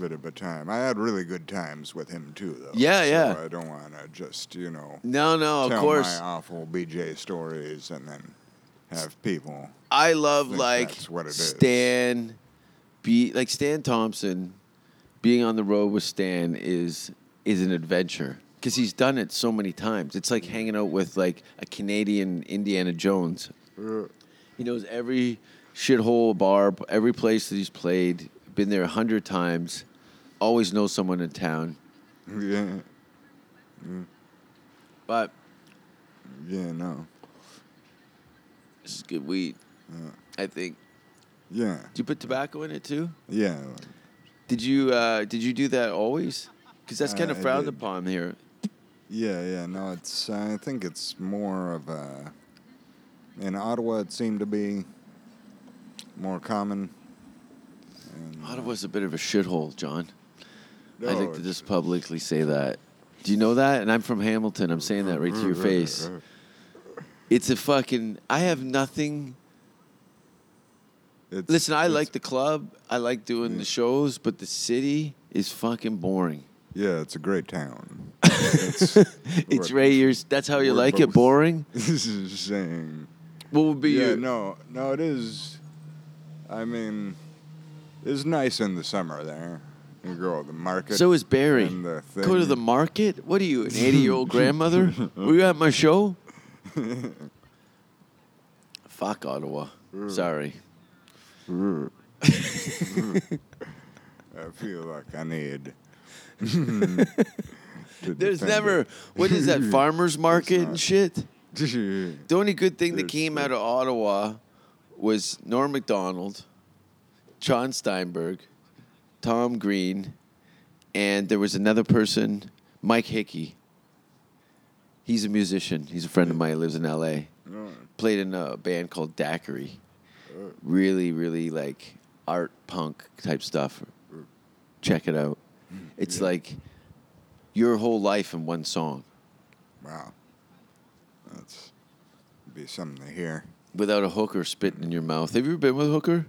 Speaker 4: bit of a time. I had really good times with him too, though.
Speaker 5: Yeah,
Speaker 4: so
Speaker 5: yeah.
Speaker 4: I don't want to just you know
Speaker 5: No, no,
Speaker 4: tell
Speaker 5: of course.
Speaker 4: my awful BJ stories and then have people.
Speaker 5: I love
Speaker 4: think
Speaker 5: like
Speaker 4: that's what it is.
Speaker 5: Stan, be like Stan Thompson, being on the road with Stan is is an adventure because he's done it so many times. It's like hanging out with like a Canadian Indiana Jones. He knows every shithole bar, every place that he's played, been there a hundred times, always knows someone in town.
Speaker 4: Yeah,
Speaker 5: But
Speaker 4: yeah, no,
Speaker 5: this is good weed, I think.
Speaker 4: yeah,
Speaker 5: Do you put tobacco in it too?
Speaker 4: yeah.
Speaker 5: Did you uh, did you do that always? Because that's kind
Speaker 4: Uh,
Speaker 5: of
Speaker 4: I
Speaker 5: frowned
Speaker 4: did.
Speaker 5: upon here.
Speaker 4: Yeah, yeah. No, it's. I think it's more of a. In Ottawa, it seemed to be more common.
Speaker 5: Ottawa's a bit of a shithole, John. I
Speaker 4: Mm. No,
Speaker 5: like to
Speaker 4: it's-
Speaker 5: just publicly say that. Do you know that? And I'm from Hamilton. I'm saying that right to your face. It's a fucking. I have nothing.
Speaker 4: It's,
Speaker 5: Listen, I
Speaker 4: it's-
Speaker 5: like the club. I like doing the shows, but the city is fucking boring.
Speaker 4: Yeah, it's a great town. it's,
Speaker 5: It's
Speaker 4: we're-
Speaker 5: right. You're, that's how you
Speaker 4: we're
Speaker 5: like it.
Speaker 4: both-
Speaker 5: Boring.
Speaker 4: This is saying.
Speaker 5: What would be
Speaker 4: Yeah,
Speaker 5: your?
Speaker 4: no, no, it is. I mean, it's nice in the summer there. You go to the market.
Speaker 5: So is Barry.
Speaker 4: and the
Speaker 5: Go to
Speaker 4: thing.
Speaker 5: the market? What are you, an 80 year old grandmother? Were you at my show? Fuck Ottawa. Sorry.
Speaker 4: I feel like I need. to
Speaker 5: There's
Speaker 4: defend
Speaker 5: never,
Speaker 4: it.
Speaker 5: what is that, farmer's market and shit? The only good thing that
Speaker 4: There's-
Speaker 5: came out of Ottawa was Norm MacDonald, John Steinberg, Tom Green, and there was another person, Mike Hickey. He's a musician. He's a friend of mine. He lives in L.A. Played in a band called Daiquiri. Really, really like art punk type stuff. Check it out. It's like your whole life in one song
Speaker 4: Wow, that's be something to hear.
Speaker 5: without a hooker spitting in your mouth. Have you ever been with a hooker?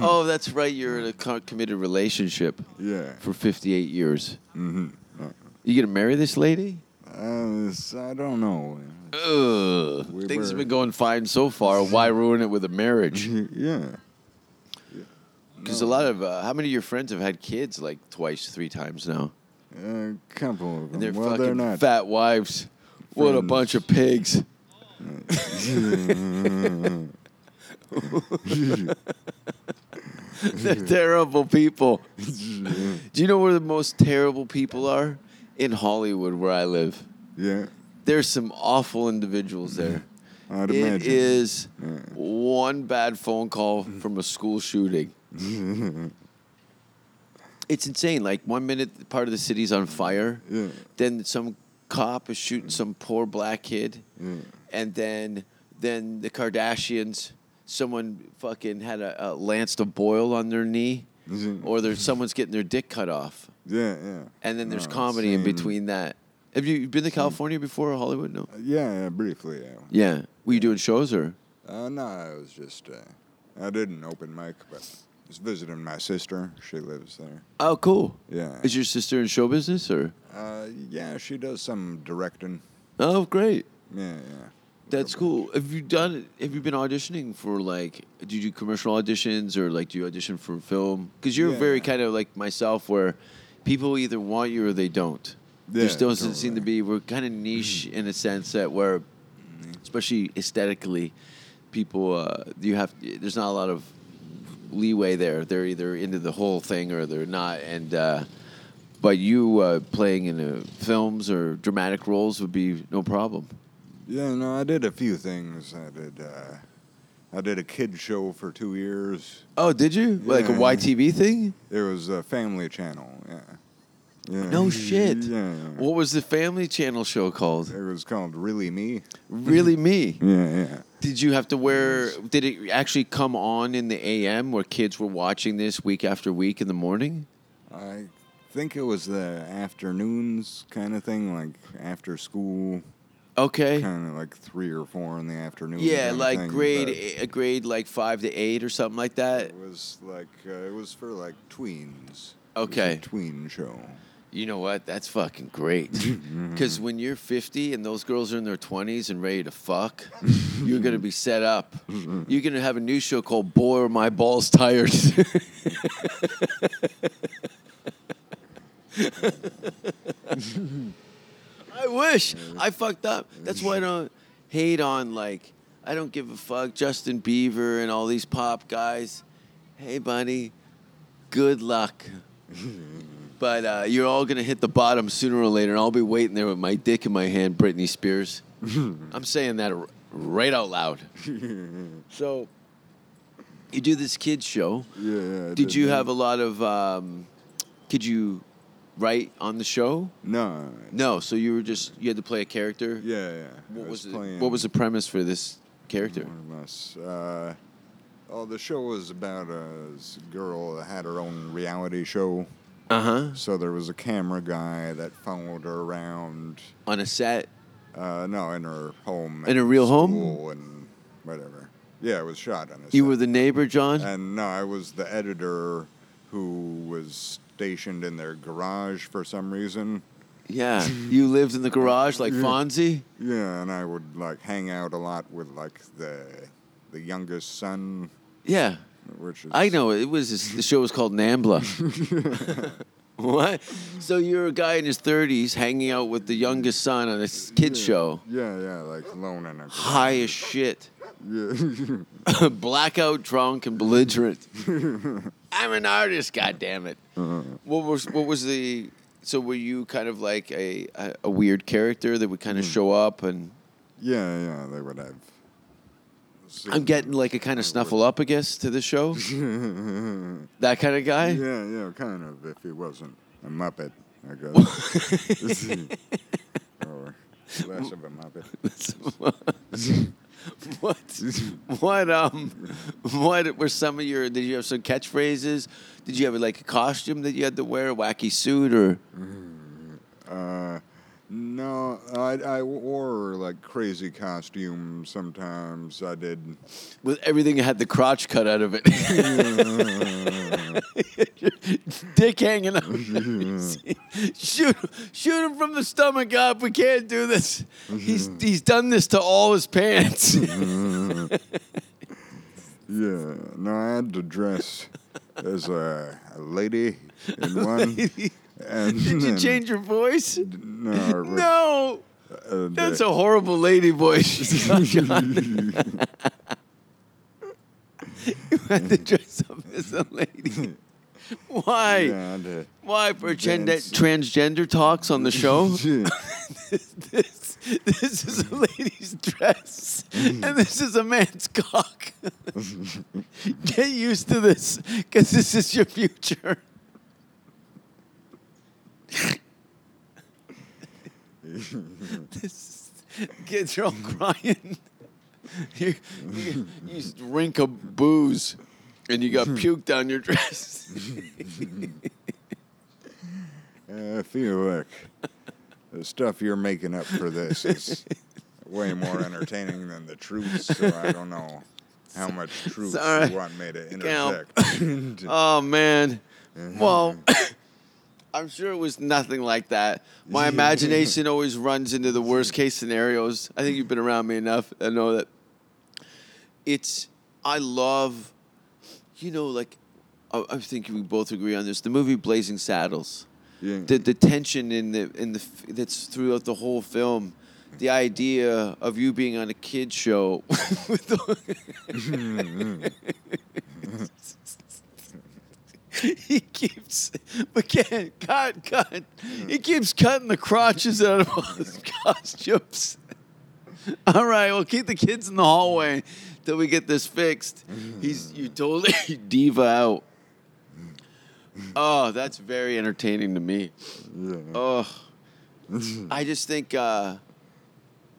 Speaker 5: oh, that's right. You're in a co- committed relationship
Speaker 4: Yeah.
Speaker 5: for 58 years. Mm-hmm. You gonna marry this lady?
Speaker 4: Uh, it's- I don't know.
Speaker 5: Ugh.
Speaker 4: We
Speaker 5: Things have
Speaker 4: were-
Speaker 5: been going fine so far. Why ruin it with a marriage?
Speaker 4: Yeah.
Speaker 5: Because a lot of uh, how many of your friends have had kids like twice, three times now,
Speaker 4: A couple of them.
Speaker 5: and they're
Speaker 4: well,
Speaker 5: fucking
Speaker 4: they're not.
Speaker 5: fat wives. What a bunch of pigs! they're terrible people. Do you know where the most terrible people are? In Hollywood, where I live.
Speaker 4: Yeah,
Speaker 5: There's some awful individuals there.
Speaker 4: I'd
Speaker 5: It
Speaker 4: imagine.
Speaker 5: is one bad phone call from a school shooting. it's insane. Like one minute, part of the city's on fire.
Speaker 4: Yeah.
Speaker 5: Then some cop is shooting some poor black kid, and then then the Kardashians. Someone fucking had a, a lanced a boil on their knee, or there's someone's getting their dick cut off,
Speaker 4: Yeah, yeah.
Speaker 5: and then there's
Speaker 4: No,
Speaker 5: comedy in
Speaker 4: same.
Speaker 5: between that. Have you been to California before or Hollywood? No.
Speaker 4: Yeah, yeah, briefly. Yeah.
Speaker 5: Yeah. Were you doing shows or?
Speaker 4: Uh, no, I was just. Uh, I didn't open mic, but was visiting my sister. She lives there.
Speaker 5: Oh, cool.
Speaker 4: Yeah.
Speaker 5: Is your sister in show business or?
Speaker 4: Uh, yeah, she does some directing.
Speaker 5: Oh, great.
Speaker 4: Yeah, yeah.
Speaker 5: That's cool. Have you done? Have you been auditioning for like? Do you do commercial auditions or like do you audition for film? Because you're
Speaker 4: Yeah.
Speaker 5: very kind of like myself, where people either want you or they don't.
Speaker 4: Yeah,
Speaker 5: there still doesn't seem to
Speaker 4: totally. Mm-hmm.
Speaker 5: be. We're kind of niche in a sense that where, especially aesthetically, people uh, you have. There's not a lot of leeway there. They're either into the whole thing or they're not. And uh, but you uh, playing in uh, films or dramatic roles would be no problem.
Speaker 4: Yeah, no, I did a few things. I did, uh, I did a kid show for two years.
Speaker 5: Oh, did you? Like a
Speaker 4: Yeah.
Speaker 5: YTV thing?
Speaker 4: It was a family channel. Yeah. yeah.
Speaker 5: No shit.
Speaker 4: Yeah.
Speaker 5: What was the Family Channel show called?
Speaker 4: It was called Really Me.
Speaker 5: Really Me.
Speaker 4: Yeah, yeah.
Speaker 5: Did you have to wear did it actually come on in the AM where kids were watching this week after week in the morning?
Speaker 4: I think it was the afternoons kind of thing, like after school,
Speaker 5: Okay.
Speaker 4: kind of like three or four in the afternoon.
Speaker 5: Yeah,
Speaker 4: kinda
Speaker 5: like
Speaker 4: thing,
Speaker 5: grade
Speaker 4: but
Speaker 5: a grade like 5 to 8 or something like that.
Speaker 4: It was like uh, it was for like tweens. It was a
Speaker 5: Okay.
Speaker 4: tween show.
Speaker 5: You know what? That's fucking great. Cuz when you're 50 and those girls are in their 20s and ready to fuck, you're going to be set up. You're going to have a new show called Boy Are My Balls Tired. I wish I fucked up. That's why I don't hate on like I don't give a fuck Justin Bieber and all these pop guys. Hey, buddy, good luck. But uh, you're all gonna hit the bottom sooner or later, and I'll be waiting there with my dick in my hand, Britney Spears. I'm saying that r- right out loud. so, you do this kids show.
Speaker 4: Yeah. yeah I
Speaker 5: Did you
Speaker 4: that.
Speaker 5: have a lot of? Um, could you write on the show?
Speaker 4: No.
Speaker 5: No, so you were just you had to play a character.
Speaker 4: Yeah, yeah.
Speaker 5: What
Speaker 4: I
Speaker 5: was, the,
Speaker 4: playing Mm-hmm.
Speaker 5: what was the premise for this character?
Speaker 4: more or less, Uh, oh, the show was about a s- girl that had her own reality show.
Speaker 5: Uh huh.
Speaker 4: So there was a camera guy that followed her around.
Speaker 5: On a set.
Speaker 4: Uh, no, in her home.
Speaker 5: In
Speaker 4: and
Speaker 5: a real home?
Speaker 4: school And whatever. Yeah, it was shot on a
Speaker 5: You
Speaker 4: set.
Speaker 5: were the neighbor, John.
Speaker 4: And no, I was the editor who was stationed in their garage for some reason.
Speaker 5: yeah. You lived in the garage like Fonzie.
Speaker 4: Yeah, and I would like hang out a lot with like the the youngest son,
Speaker 5: Yeah.
Speaker 4: which is
Speaker 5: I know it was the show was called Nambla. what? So you're a guy in his 30s hanging out with the youngest son on a s- kid show.
Speaker 4: Yeah, yeah, like lone in a
Speaker 5: High as shit.
Speaker 4: Yeah.
Speaker 5: blackout drunk and belligerent. I'm an artist, God damn it.
Speaker 4: Uh-huh.
Speaker 5: What was what was the so were you kind of like a a, a weird character that would kind
Speaker 4: Mm.
Speaker 5: of show up and
Speaker 4: yeah, yeah, they would have.
Speaker 5: I'm getting like a kind of snuffle up I guess to the show. that kind of guy?
Speaker 4: Yeah, yeah, kind of. If he wasn't a Muppet, I guess. or less of a Muppet.
Speaker 5: what what um what were some of your did you have some catchphrases? Did you have like a costume that you had to wear, a wacky suit or
Speaker 4: No, I, I wore like crazy costumes sometimes. I did.
Speaker 5: with everything had the crotch cut out of it. Dick hanging out. shoot, shoot him from the stomach up. We can't do this. He's he's done this to all his pants.
Speaker 4: Yeah, no, I had to dress as a, a lady in one. And
Speaker 5: Did you
Speaker 4: then-
Speaker 5: change your voice?
Speaker 4: No, it was-
Speaker 5: No,
Speaker 4: and, uh,
Speaker 5: that's a horrible lady voice. you had to dress up as a lady. Why?
Speaker 4: yeah, I had
Speaker 5: Why pretend that
Speaker 4: Vince.
Speaker 5: transgender talks on the show?
Speaker 4: to-
Speaker 5: this, this is a lady's dress, and this is a man's cock. Get used to this, because this is your future. this is, kids are all crying. You, you, you drink a booze, and you got puke down your dress.
Speaker 4: I feel like the stuff you're making up for this is way more entertaining than the truth, so I don't know. how much truth
Speaker 5: Sorry.
Speaker 4: you want me to
Speaker 5: Count.
Speaker 4: intersect.
Speaker 5: Oh man. Well, I'm sure it was nothing like that. My imagination always runs into the worst case scenarios. I think you've been around me enough. I know that it's. I love, you know, like I, I think we both agree on this. The movie Blazing Saddles
Speaker 4: Yeah.
Speaker 5: the the tension in the in the f- that's throughout the whole film. The idea of you being on a kid show, with the- he keeps again cut cut. He keeps cutting the crotches out of all his costumes. All right, well, keep the kids in the hallway till we get this fixed. He's you totally diva out. Oh, that's very entertaining to me. Oh, I just think uh,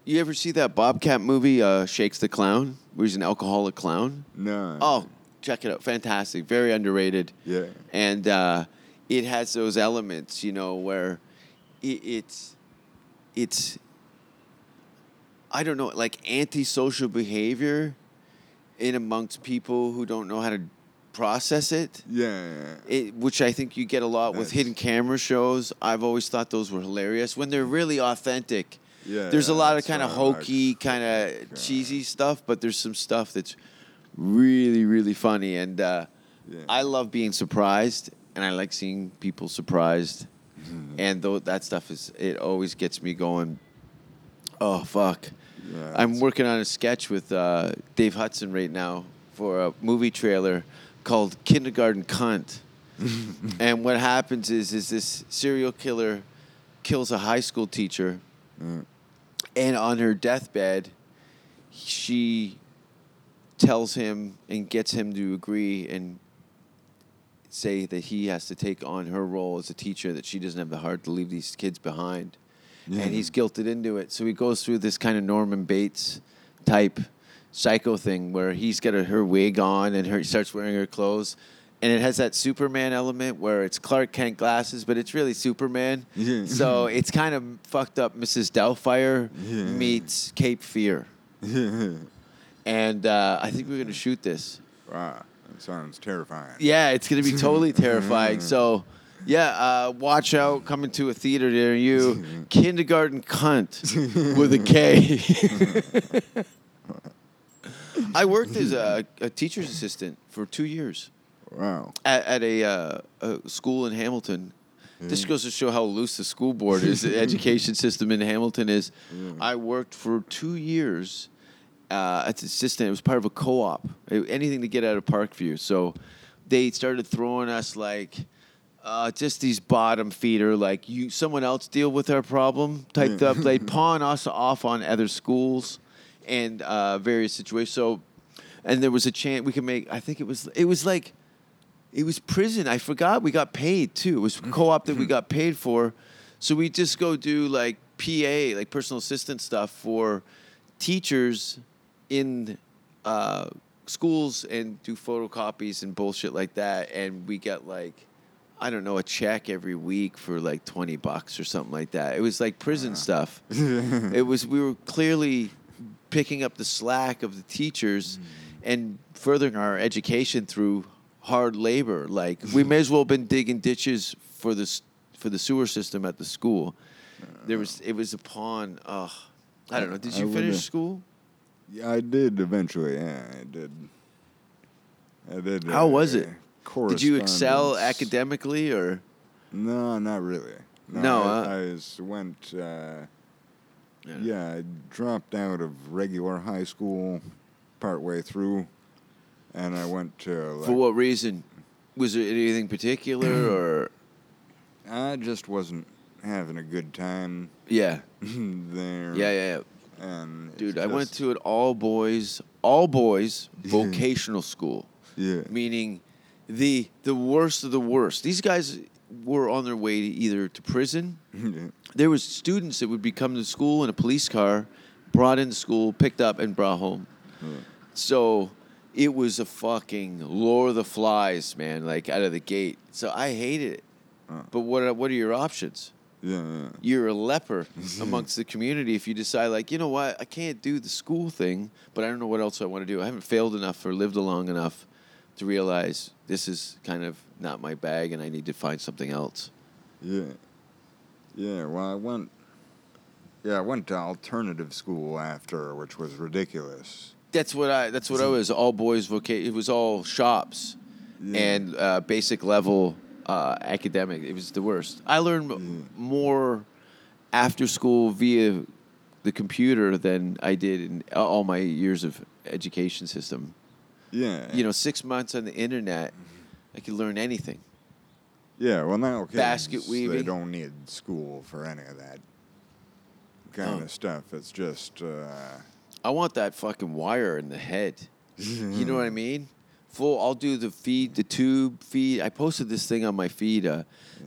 Speaker 5: you ever see that Bobcat movie, uh, Shakes the Clown, where he's an alcoholic clown.
Speaker 4: no.
Speaker 5: Oh, check it out! Fantastic, very underrated.
Speaker 4: Yeah.
Speaker 5: and uh, it has those elements, you know, where it, it's it's I don't know, like antisocial behavior in amongst people who don't know how to process it
Speaker 4: Yeah.
Speaker 5: it, which I think you get a lot with
Speaker 4: That's-
Speaker 5: hidden camera shows. I've always thought those were hilarious when they're really authentic.
Speaker 4: Yeah,
Speaker 5: there's a
Speaker 4: yeah,
Speaker 5: lot of
Speaker 4: it's
Speaker 5: kind of
Speaker 4: not like-
Speaker 5: hokey, kind of
Speaker 4: Yeah.
Speaker 5: cheesy stuff, but there's some stuff that's really, really funny. And uh,
Speaker 4: Yeah.
Speaker 5: I love being surprised, and I like seeing people surprised.
Speaker 4: Mm-hmm.
Speaker 5: and though that stuff is, it always gets me going. Oh fuck!
Speaker 4: Yeah,
Speaker 5: I'm
Speaker 4: it's-
Speaker 5: working on a sketch with uh, Dave Hudson right now for a movie trailer called Kindergarten Cunt. and what happens is, is this serial killer kills a high school teacher, and on her deathbed, she tells him and gets him to agree and say that he has to take on her role as a teacher that she doesn't have the heart to leave these kids behind and he's guilted into it so he goes through this kind of norman bates type psycho thing where he's got a, her wig on and her, he starts wearing her clothes and it has that superman element where it's clark kent glasses but it's really superman
Speaker 4: Yeah.
Speaker 5: so it's kind of fucked up mrs doubtfire meets cape fear
Speaker 4: Yeah.
Speaker 5: and uh, i think we're going to shoot this
Speaker 4: wow. That sounds terrifying.
Speaker 5: yeah, it's gonna be totally terrifying. So, yeah, uh, watch out coming to a theater near you. Kindergarten cunt with a K. I worked as a, a teacher's assistant for two years
Speaker 4: Wow.
Speaker 5: at, at a, uh, a school in Hamilton. This goes to show how loose the school board is, the education system in Hamilton is. I worked for two years uh, as assistant. It was part of a co-op. A- Anything to get out of Parkview. So they started throwing us like uh, just these bottom feeder, like you, someone else deal with our problem type up. They pawn us off on other schools and uh, various situations. So, and there was a chance we could make. I think it was it was like it was prison. I forgot we got paid too. It was co-op that we got paid for. So we just go do like PA, like personal assistant stuff for teachers in uh, schools and do photocopies and bullshit like that. And we get like, I don't know, a check every week for like 20 bucks or something like that. It was like prison stuff. it was, we were clearly picking up the slack of the teachers
Speaker 4: Hmm.
Speaker 5: and furthering our education through hard labor. Like we may as well have been digging ditches for the s- for the sewer system at the school. There was it was upon. Uh, I don't know. Did
Speaker 4: I
Speaker 5: you
Speaker 4: wonder-
Speaker 5: finish school?
Speaker 4: Yeah, I did eventually. Yeah, I did. I did. uh,
Speaker 5: How was it? Did you excel
Speaker 4: correspondence.
Speaker 5: academically or?
Speaker 4: No, not really.
Speaker 5: No,
Speaker 4: I,
Speaker 5: uh,
Speaker 4: I s- went. Uh, yeah, I dropped out of regular high school partway through, and I went to. Like,
Speaker 5: For what reason? Was there anything particular or?
Speaker 4: I just wasn't having a good time
Speaker 5: Yeah.
Speaker 4: there.
Speaker 5: Yeah, yeah, yeah.
Speaker 4: And it's
Speaker 5: Dude, I went
Speaker 4: just-
Speaker 5: to an all boys, all boys vocational school.
Speaker 4: Yeah.
Speaker 5: Meaning the the worst of the worst. These guys were on their way to either to prison. There was students that would be coming to school in a police car, brought into school, picked up and brought home. So it was a fucking lure of the flies, man, like out of the gate. So I hated it. But what are, what are your options?
Speaker 4: Yeah, yeah.
Speaker 5: you're a leper amongst the community if you decide like you know what i can't do the school thing but i don't know what else i want to do i haven't failed enough or lived long enough to realize this is kind of not my bag and i need to find something else
Speaker 4: Yeah. Yeah, well, I went. Yeah, I went to alternative school after, which was ridiculous.
Speaker 5: that's what i that's what i was all boys vocation it was all shops and uh, basic level uh, academic it was the worst i learned m more after school via the computer than i did in all my years of education system
Speaker 4: Yeah.
Speaker 5: you know, six months on the internet, I could learn anything.
Speaker 4: Yeah, well, now kids,
Speaker 5: basket
Speaker 4: they
Speaker 5: weaving.
Speaker 4: don't need school for any of that kind
Speaker 5: Oh.
Speaker 4: of stuff. It's just. Uh,
Speaker 5: I want that fucking wire in the head. you know what I mean? Full. I'll do the feed, the tube feed. I posted this thing on my feed. Uh,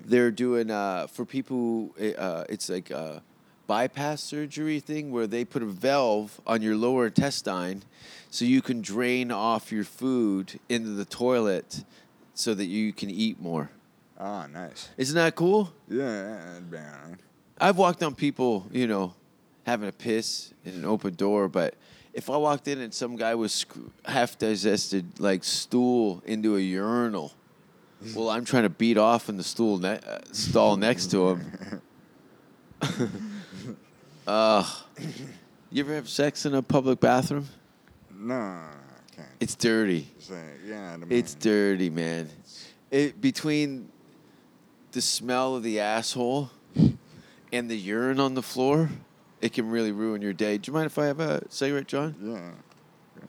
Speaker 5: they're doing uh, for people. who, Uh, it's like a bypass surgery thing where they put a valve on your lower intestine, so you can drain off your food into the toilet, so that you can eat more.
Speaker 4: ah, nice.
Speaker 5: Isn't that cool?
Speaker 4: Yeah, that'd be all right.
Speaker 5: I've walked on people, you know, having a piss in an open door, but if I walked in and some guy was sc- half digested, like stool into a urinal, well, I'm trying to beat off in the stool ne- uh, stall next to him. Ugh. you ever have sex in a public bathroom?
Speaker 4: No, I can't.
Speaker 5: It's dirty.
Speaker 4: say, yeah, I
Speaker 5: It's
Speaker 4: mean,
Speaker 5: dirty, man. It between the smell of the asshole and the urine on the floor, it can really ruin your day. Do you mind if I have a cigarette, John?
Speaker 4: Yeah.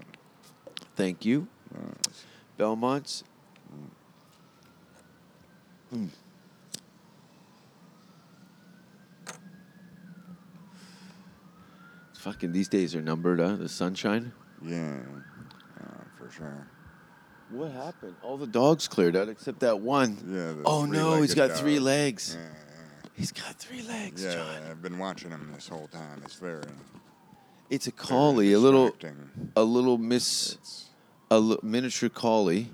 Speaker 5: Thank you. Belmont's. Mm. Fucking these days are numbered, huh? The sunshine.
Speaker 4: Yeah. Uh, for sure.
Speaker 5: What happened? All the dogs cleared out except that one.
Speaker 4: Yeah. the
Speaker 5: oh no, he's
Speaker 4: three-legged
Speaker 5: got three
Speaker 4: dog.
Speaker 5: legs.
Speaker 4: Yeah,
Speaker 5: He's got three legs,
Speaker 4: yeah.
Speaker 5: John.
Speaker 4: yeah, I've been watching him this whole time. It's very. very
Speaker 5: It's a collie, a little,
Speaker 4: distracting.
Speaker 5: a little miss,
Speaker 4: It's-
Speaker 5: a li- miniature collie,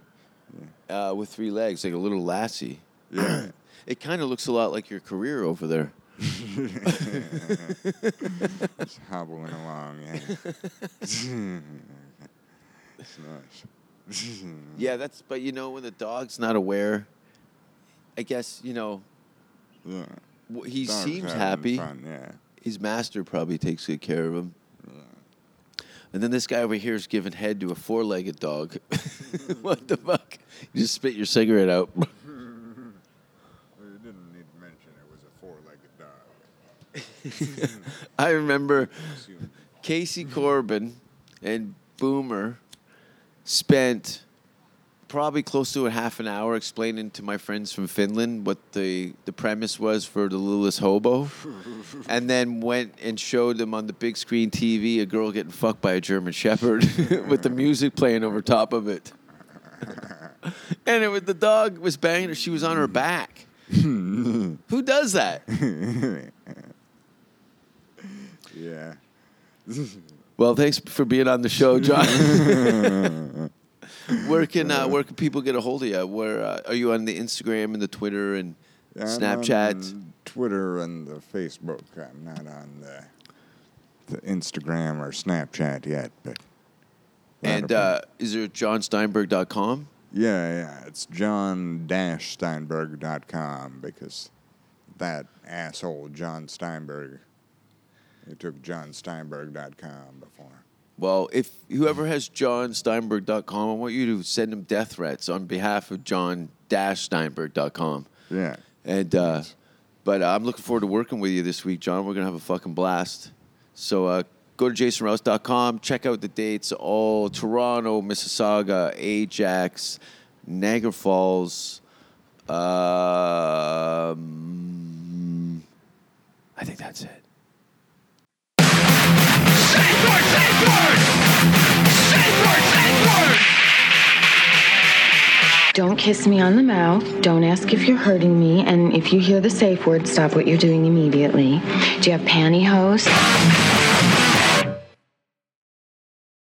Speaker 5: uh, with three legs, like a little lassie.
Speaker 4: Yeah.
Speaker 5: It kind of looks a lot like your career over there.
Speaker 4: It's hobbling along. Yeah. it's nice. Mm.
Speaker 5: Yeah, that's. But you know, when the dog's not aware, I guess you know
Speaker 4: Yeah.
Speaker 5: wh- he
Speaker 4: Dog's
Speaker 5: seems
Speaker 4: having
Speaker 5: happy.
Speaker 4: Fun, yeah.
Speaker 5: his master probably takes good care of him. And then this guy over here is giving head to a four-legged dog. what the fuck? You just spit your cigarette out.
Speaker 4: Well, you didn't need to mention it was a four-legged dog.
Speaker 5: I remember
Speaker 4: Assume.
Speaker 5: Casey Corbin and Boomer spent probably close to a half an hour explaining to my friends from Finland what the, the premise was for the littlest hobo. and then went and showed them on the big screen TV a girl getting fucked by a German shepherd with the music playing over top of it. and it was the dog was banging her, she was on her back. Who does that?
Speaker 4: Yeah.
Speaker 5: Well, thanks for being on the show, John. where can uh, where can people get a hold of you? Where uh, are you on the Instagram and the Twitter and
Speaker 4: I'm
Speaker 5: Snapchat?
Speaker 4: on Twitter and the Facebook. I'm not on the, the Instagram or Snapchat yet, but
Speaker 5: And uh, is there johnsteinberg.com?
Speaker 4: yeah, yeah, it's john-steinberg.com because that asshole John Steinberg, he took johnsteinberg.com before.
Speaker 5: Well, if whoever has johnsteinberg.com, I want you to send them death threats on behalf of john-steinberg.com.
Speaker 4: Yeah,
Speaker 5: And uh, but I'm looking forward to working with you this week, John. We're gonna have a fucking blast. So uh, go to jasonrouse.com, check out the dates. All Toronto, Mississauga, Ajax, Niagara Falls. Um, I think that's it.
Speaker 3: Safe word, safe word! Safe word, safe word!
Speaker 6: Don't kiss me on the mouth. Don't ask if you're hurting me. And if you hear the safe word, stop what you're doing immediately. Do you have pantyhose?